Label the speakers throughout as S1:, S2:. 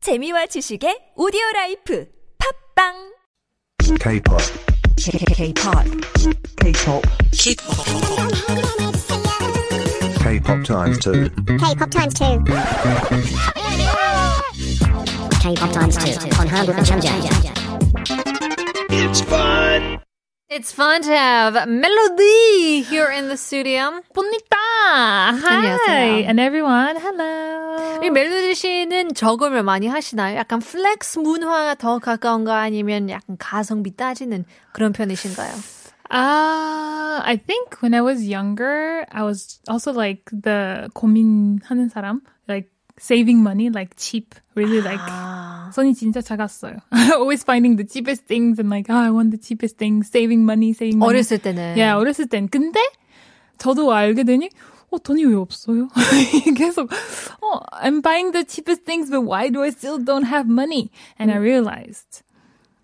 S1: 재미와 지식의 오디오 라이프 팝빵
S2: K-pop.
S3: K-pop. K-pop.
S2: K-pop times two.
S4: K-pop times two. K-pop times two on Hangul and Changjiang.
S5: It's fun to have Melody here in the studio.
S6: 봅니다. Hi.
S5: 안녕하세요.
S6: And everyone, hello.
S5: 이 멜로디 씨는 저금을 많이 하시나요? 약간 플렉스 문화가 더 가까운가 아니면 약간 가성비 따지는 그런 편이신가요?
S6: 음. Uh, I think when I was younger, I was also like the 고민하는 사람, like saving money, like cheap, really like.
S5: Ah.
S6: 손이 진짜 작았어요. always finding the cheapest things and like, ah, I want the cheapest thing, saving money, saving money.
S5: 어렸을 때는
S6: 예, 어렸을 땐. 근데 저도 알게 되니 어, 돈이 왜 없어요? 계속 어, I'm buying the cheapest things but why do I still don't have money? And I realized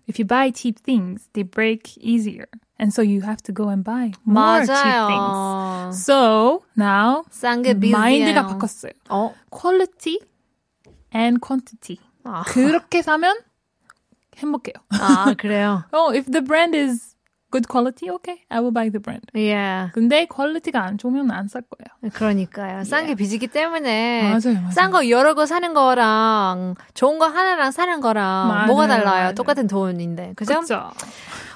S6: if you buy cheap things, they break easier. And so you have to go and buy more cheap things.
S5: 맞아요.
S6: So now
S5: 싼게
S6: 음, 마인드가 바꿨어요.
S5: 어,
S6: quality and quantity.
S5: 아.
S6: 그렇게 사면 행복해요.
S5: 아 그래요.
S6: oh, if the brand is good quality, okay, I will buy the brand.
S5: 예,
S6: 근데 퀄리티가 안 좋으면 안 살 거예요.
S5: 그러니까요. 싼 게 빚이기 때문에
S6: 맞아요, 맞아요.
S5: 싼 거 여러 거 사는 거랑 좋은 거 하나랑 사는 거랑
S6: 맞아요,
S5: 뭐가 달라요?
S6: 맞아요.
S5: 똑같은 돈인데, 그죠?
S6: 그렇죠.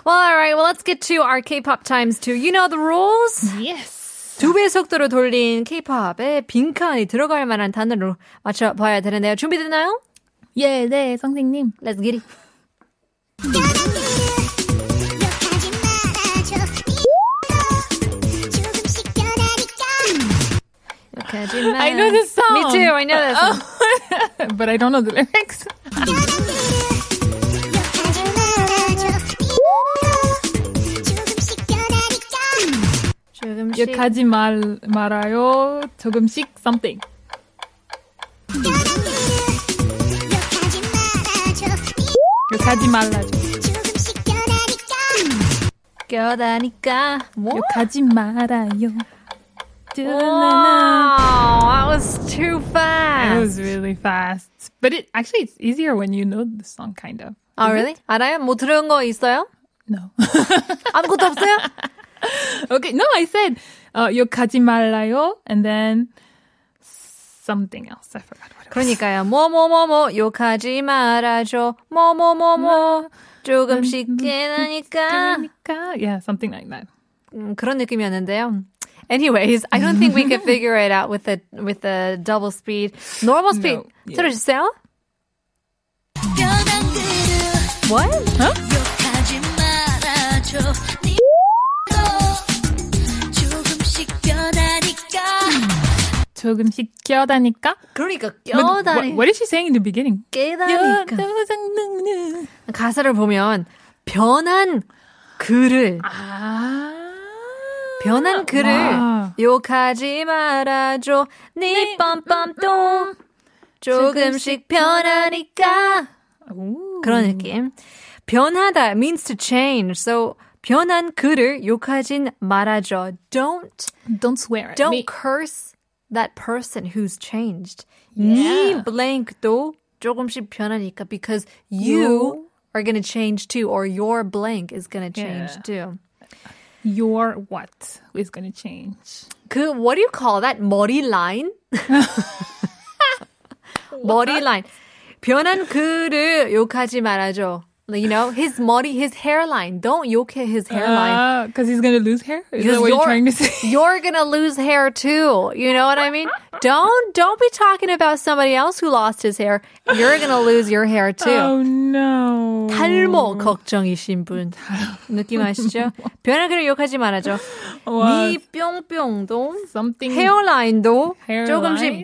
S5: Well, all right. Well, let's get to our K-pop times too. You know the rules.
S6: Yes.
S5: 두 배 속도로 돌린 K-pop에 빈칸이 들어갈 만한 단어로 맞춰봐야 되는데요. 준비됐나요?
S6: 예, 네, 선생님.
S5: Let's get it. Okay, Jin
S6: I
S5: Man.
S6: know this song.
S5: Me too. I know this. song.
S6: But I don't know the lyrics.
S5: 조금씩
S6: 욕하지 말, 말아요. 조금씩 something. 욕하지 말아요.
S5: 껴다니까. 뭐?
S6: 욕하지 말아요. 뚜나나.
S5: Wow, that was too
S6: That
S5: fast.
S6: was really fast. But it actually it's easier when you know the song kind of.
S5: 아, really? 알아요? 뭐 들은 거 있어요?
S6: No.
S5: 아무것도 없어요?
S6: okay, no, I said uh, 욕하지 말아요 and then something else. I forgot what it was.
S5: 그러니까요. 뭐 뭐 뭐 뭐 욕하지 말아줘. 뭐 뭐 뭐 뭐 조금씩 깨나니까.
S6: 그러니까. Yeah, something like that.
S5: 음, 그런 느낌이었는데요. Anyways, I don't think we can figure it out with the with the double speed. Normal speed.
S6: No, yeah.
S5: 들어주세요. What?
S6: 조금씩 껴다니까.
S5: 그러니까
S6: But
S5: 껴다니
S6: What, what is she saying in the beginning?
S5: 깨다니까
S6: 껴다니까.
S5: 그 가사를 보면 변한 그를
S6: 아.
S5: 변한 그를
S6: 와.
S5: 욕하지 말아줘 네 음, 빰빰똥 조금씩 변하니까
S6: 오.
S5: 그런 느낌. 변하다 means to change. So 변한 그를 욕하진 말아줘. Don't
S6: Don't swear at
S5: don't
S6: me.
S5: curse that person who's changed.
S6: Yeah.
S5: 네 blank도 조금씩 변하니까 because you are gonna change too, or your blank is gonna change
S6: Yeah.
S5: too.
S6: Your what is gonna change?
S5: 그 what do you call that 머리 라인? 머리 라인. 변한 그를 욕하지 말아줘. You know his 머리, his hairline. Don't 욕해 his hairline.
S6: Because Uh, he's gonna lose hair. Is that
S5: Because
S6: what you're
S5: you're-
S6: trying to say?
S5: You're gonna lose hair too. You know what I mean? Don't don't be talking about somebody else who lost his hair. You're gonna lose your hair too.
S6: Oh no.
S5: 탈모 걱정이신 분 느낌 아시죠? 변한 그를 욕하지 말아줘.
S6: 와.
S5: 니 뿅뿅도
S6: Something.
S5: oh. 헤어라인도
S6: 헤어라인?
S5: 조금씩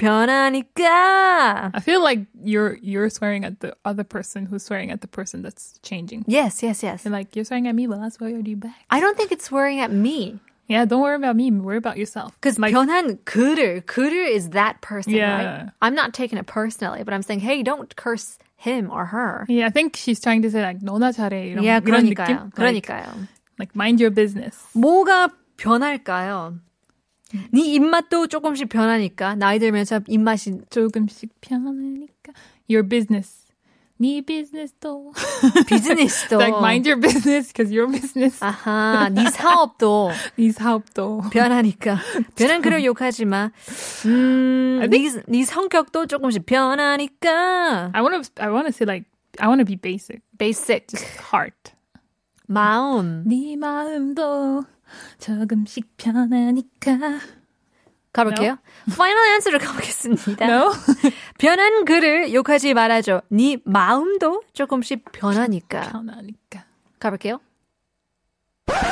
S5: 변하니까.
S6: I feel like you're you're swearing at the other person who's swearing at the person that's changing.
S5: Yes, yes, yes.
S6: You're like you're swearing at me, but I'll swear at you back.
S5: I don't think it's worrying at me.
S6: Yeah, don't worry about me. Worry about yourself.
S5: Because 변한 그를, 그를 is that person,
S6: Yeah.
S5: right? I'm not taking it personally, but I'm saying, hey, don't curse him or her.
S6: Yeah, I think she's trying to say like 너나 잘해 이런
S5: Yeah,
S6: 이런
S5: 그러니까요.
S6: 느낌? Like,
S5: 그러니까요.
S6: like mind your business.
S5: 뭐가 변할까요? 네 입맛도 조금씩 변하니까 나이 들면서 입맛이
S6: 조금씩 편하니까 your business 네 비즈니스도.
S5: 비즈니스도.
S6: like mind your business because your business.
S5: 아하, 네 사업도
S6: 네 사업도.
S5: 변하니까. 변한 그를 욕하지 마. 음, 네, 네 성격도 조금씩 변하니까.
S6: I want to I want to say like I want to be basic.
S5: basic.
S6: Heart.
S5: 마음.
S6: 네 마음도 조금씩 변하니까.
S5: 가볼게요. 파이널 answer를 가보겠습니다.
S6: No.
S5: 변한 그를 욕하지 말아줘. 네 마음도 조금씩 변하니까.
S6: 변하니까.
S5: 가볼게요.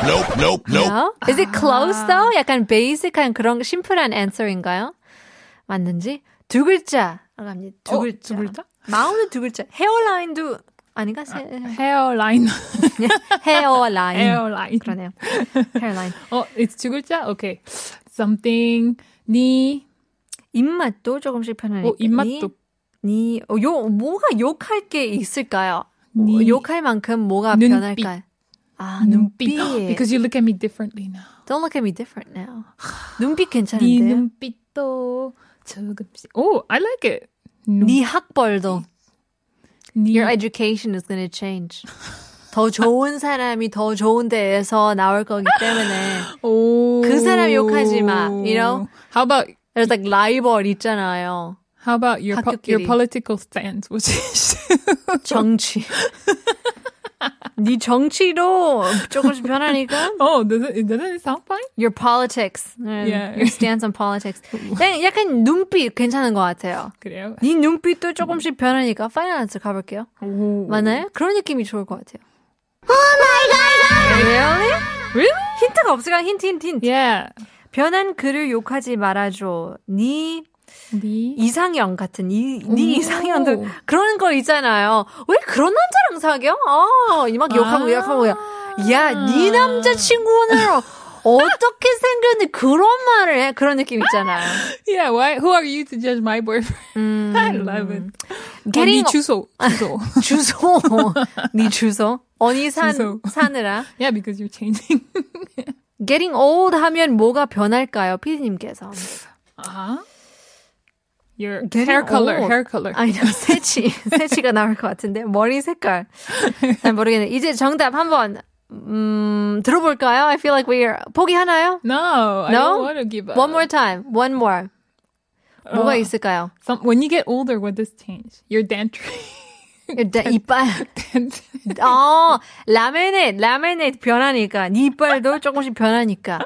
S5: Nope, nope, nope. Is it close though? 약간 베이직한 그런 심플한 answer인가요? 맞는지? 두 글자. 아, 갑니다. 두
S6: 어,
S5: 글자.
S6: 두 글자?
S5: 마음도 두 글자. 헤어라인도 아닌가? 세-
S6: Hairline.
S5: 헤어라인.
S6: Hairline.
S5: 그러네요. 헤어라인.
S6: 어, it's 두 글자? Okay. Something. 네.
S5: 입맛도 조금씩 편하니까.
S6: 어, 입맛도.
S5: 니, 어, 요, 뭐가 욕할 게 있을까요?
S6: 니.
S5: 어, 욕할 만큼 뭐가
S6: 눈빛.
S5: 변할까요? 아, 눈빛.
S6: Because you look at me differently now.
S5: Don't look at me different now. 눈빛
S6: 네
S5: 괜찮은데요?
S6: 눈빛도 조금씩. Oh, I like it.
S5: 네 학벌도.
S6: 네.
S5: Your education is gonna change. 더 좋은 사람이 더 좋은 데에서 나올 거기 때문에.
S6: 오.
S5: 그 사람 욕하지 마, you know?
S6: How about
S5: There's like 라이벌 있잖아요.
S6: How about your po-
S5: 학교끼리.
S6: your political stance? which is-
S5: 정치. 네 정치로 조금씩 변하니까.
S6: oh, doesn't it doesn't it sound fine?
S5: Your politics. 음,
S6: Yeah.
S5: Your stance on politics. 그냥 약간 눈빛 괜찮은 것 같아요.
S6: 그래요.
S5: 네 눈빛도 조금씩 변하니까 파이널 안서 가볼게요. 맞나요? 그런 느낌이 좋을 것 같아요. Really?
S6: Really?
S5: 힌트가 없으니까 힌트 힌트 힌트.
S6: Yeah.
S5: 변한 그를 욕하지 말아줘. 네
S6: 네.
S5: 이상형 같은 이, 네
S6: 오.
S5: 이상형도 그런 거 있잖아요. 왜 그런 남자랑 사겨? 아, 막 욕하고
S6: 아.
S5: 욕하고 야, 네 남자친구는 어떻게 생겼는데 그런 말을 해? 그런 느낌 있잖아요.
S6: Yeah. Why? Who are you to judge my boyfriend?
S5: 음,
S6: I love it.
S5: getting-
S6: 언니 주소 주소.
S5: 주소, 네 주소, 언니 산
S6: 주소.
S5: 사느라.
S6: yeah, because you're changing.
S5: Getting old 하면 뭐가 변할까요, 피디님께서?
S6: 아. Your
S5: Getting
S6: hair color,
S5: old.
S6: hair color.
S5: 아니, 새치, 새치가 나올 것 같은데 머리 색깔. 잘 모르겠네. 이제 정답 한번 음, 들어볼까요? I feel like we're 포기하나요?
S6: no, I
S5: No?
S6: don't want to give up.
S5: One more time, one more.
S6: 어.
S5: 뭐가 있을까요?
S6: Some, when you get older, what does change? Your dentry.
S5: 일단 이빨.
S6: dentry.
S5: 어, 라멘에 라멘에 변하니까 네 이빨도 조금씩 변하니까.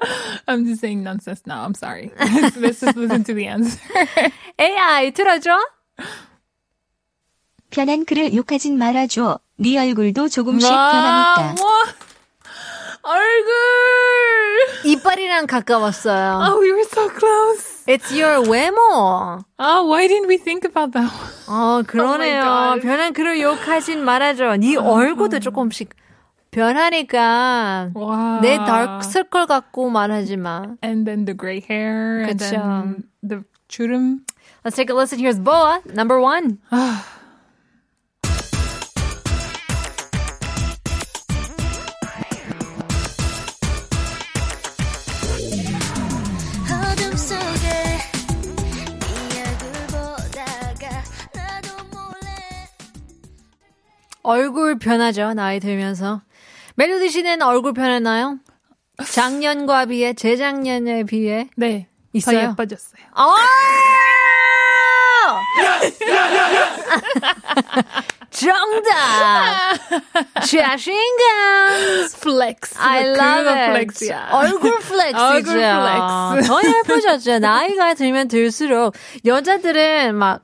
S6: I'm just saying nonsense now. I'm sorry. Let's, let's just listen to the answer.
S5: AI 틀어줘.
S3: 편한 그를 욕하진 말아줘. 네 얼굴도 조금씩
S6: 와,
S3: 변하니까.
S6: 와. 얼굴.
S5: 이빨이랑 가까웠어요.
S6: Oh, we were so close.
S5: It's your 외모.
S6: Oh, why didn't we think about that one?
S5: 어, 그러네요.
S6: Oh God. 음,
S5: 변한 그를 욕하진 말아줘. 네 얼굴도 조금씩 변하니까
S6: 와.
S5: 내 다크서클 갖고 말하지 마.
S6: And then the gray hair. And
S5: 그쵸.
S6: then the 주름.
S5: Let's take a listen. Here's Boa, number one.
S7: 어둠 속에 네 얼굴 보다가 나도 몰래
S5: 얼굴 변하죠. 나이 들면서. 멜로디 씨는 얼굴 변했나요? 작년과 비해, 재작년에 비해.
S6: 네.
S5: 있어요?
S6: 더 예뻐졌어요.
S5: 어! 정답! 자신감!
S6: Flex.
S5: I
S6: 그
S5: love it.
S6: Flex, yeah.
S5: 얼굴 플렉스죠.
S6: 얼굴 플렉스.
S5: 더 예뻐졌죠. 나이가 들면 들수록 여자들은 막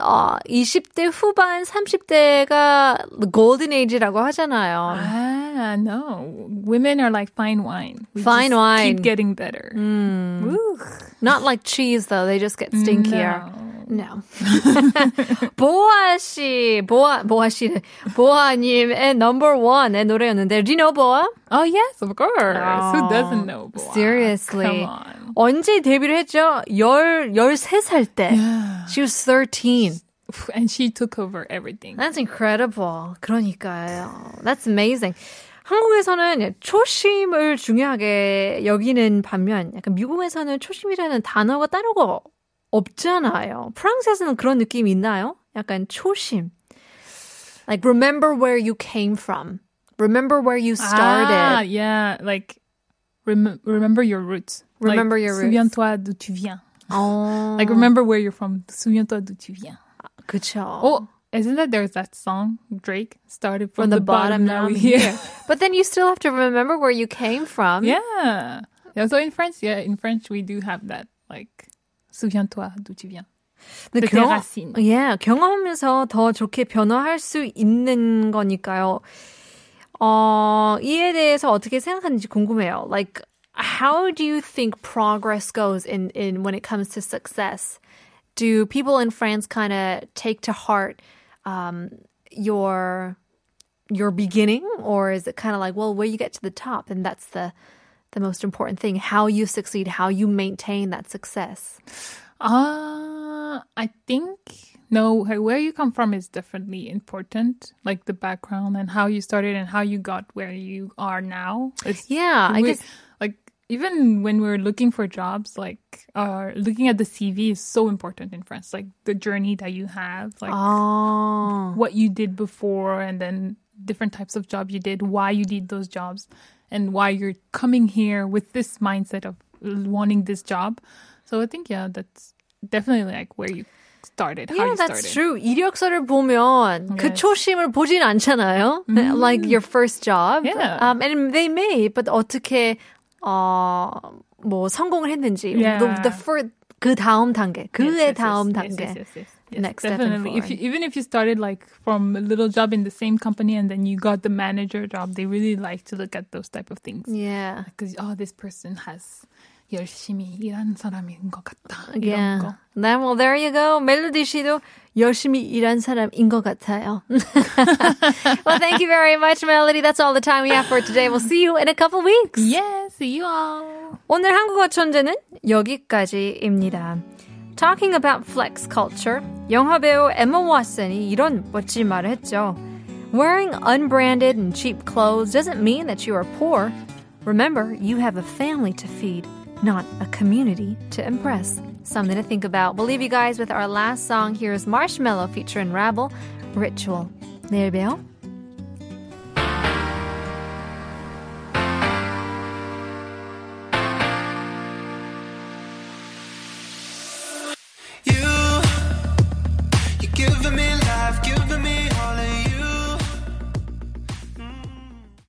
S5: 어, 20대 후반, 30대가 golden age라고 하잖아요.
S6: Ah, no. Women are like fine wine. We
S5: Fine
S6: just
S5: wine.
S6: Keep getting better.
S5: Not like cheese though. They just get stinkier.
S6: No.
S5: No. 보아 씨, 보아 보아 씨, 보아님의 number one의 노래였는데 리노 보아.
S6: Oh yes, of course.
S5: No.
S6: Who doesn't know? Black? Come
S5: Seriously.
S6: on.
S5: 언제 데뷔를 했죠? 열, 13살 때. She was 13.
S6: And she took over everything.
S5: That's incredible. 그러니까요. That's amazing. 한국에서는 초심을 중요하게 여기는 반면 약간 미국에서는 초심이라는 단어가 따로 없잖아요. 프랑스에서는 그런 느낌이 있나요? 약간 초심. Like remember where you came from. Remember where you
S6: Ah,
S5: started.
S6: yeah, like rem- remember your roots.
S5: Remember
S6: Like,
S5: your roots.
S6: Souviens-toi d'où tu viens.
S5: oh.
S6: Like remember where you're from. Souviens-toi d'où tu
S5: Mm.
S6: viens.
S5: 그쵸.
S6: Oh, isn't that there's that song Drake started from,
S5: from the, bottom, now
S6: we
S5: I'm here. but then you still have to remember where you came from.
S6: yeah. Yeah. So in French, yeah, in French we do have that like souviens-toi d'où tu viens.
S5: 근데
S6: 그때 가신.
S5: 예, 경험하면서 더 좋게 변화할 수 있는 거니까요. 어, 이에 대해서 어떻게 생각하는지 궁금해요. Like, how do you think progress goes in, in when it comes to success? Do people in France kind of take to heart um, your your beginning, or is it kind of like, well, where you get to the top, and that's the the most important thing? How you succeed, how you maintain that success.
S6: Uh, I think no, hey, where you come from is definitely important, like the background and how you started and how you got where you are now. It's,
S5: Yeah, I
S6: we-
S5: guess.
S6: like even when we're looking for jobs, like uh, looking at the CV is so important in France, like the journey that you have, like
S5: Oh.
S6: what you did before and then different types of job you did, why you did those jobs and why you're coming here with this mindset of wanting this job. So I think yeah, that's definitely like where you started, how
S5: Yeah,
S6: you
S5: that's
S6: started.
S5: true. 이력서를 보면 그
S6: Yes.
S5: 초심을 보진 않잖아요. Like your first job.
S6: Yeah.
S5: Um, and they may, but 어떻게 어, 뭐 성공을 했는지
S6: Yeah.
S5: the, the first 그 다음 단계,
S6: Yes,
S5: 그의
S6: yes, yes, yes,
S5: 다음
S6: yes,
S5: 단계.
S6: yes, yes, yes.
S5: Next step and
S6: definitely. if you,
S5: forward.
S6: even if you started like from a little job in the same company and then you got the manager job, they really like to look at those type of things.
S5: Yeah.
S6: Because oh, this person has 열심히 일한 사람인 것 같다. 이런
S5: Yeah.
S6: 거.
S5: Then, well, there you go. 멜로디 씨도 열심히 일한 사람인 것 같아요. well, thank you very much, Melody. That's all the time we have for today. We'll see you in a couple weeks.
S6: Yeah, see you all.
S5: 오늘 한국어 천재는 여기까지입니다. Talking about flex culture, 영화 배우 Emma Watson이 이런 멋진 말을 했죠. Wearing unbranded and cheap clothes doesn't mean that you are poor. Remember, you have a family to feed, not a community to impress. Something to think about. We'll leave you guys with our last song. Here's Marshmallow featuring Rabble, Ritual. 내일 봬요.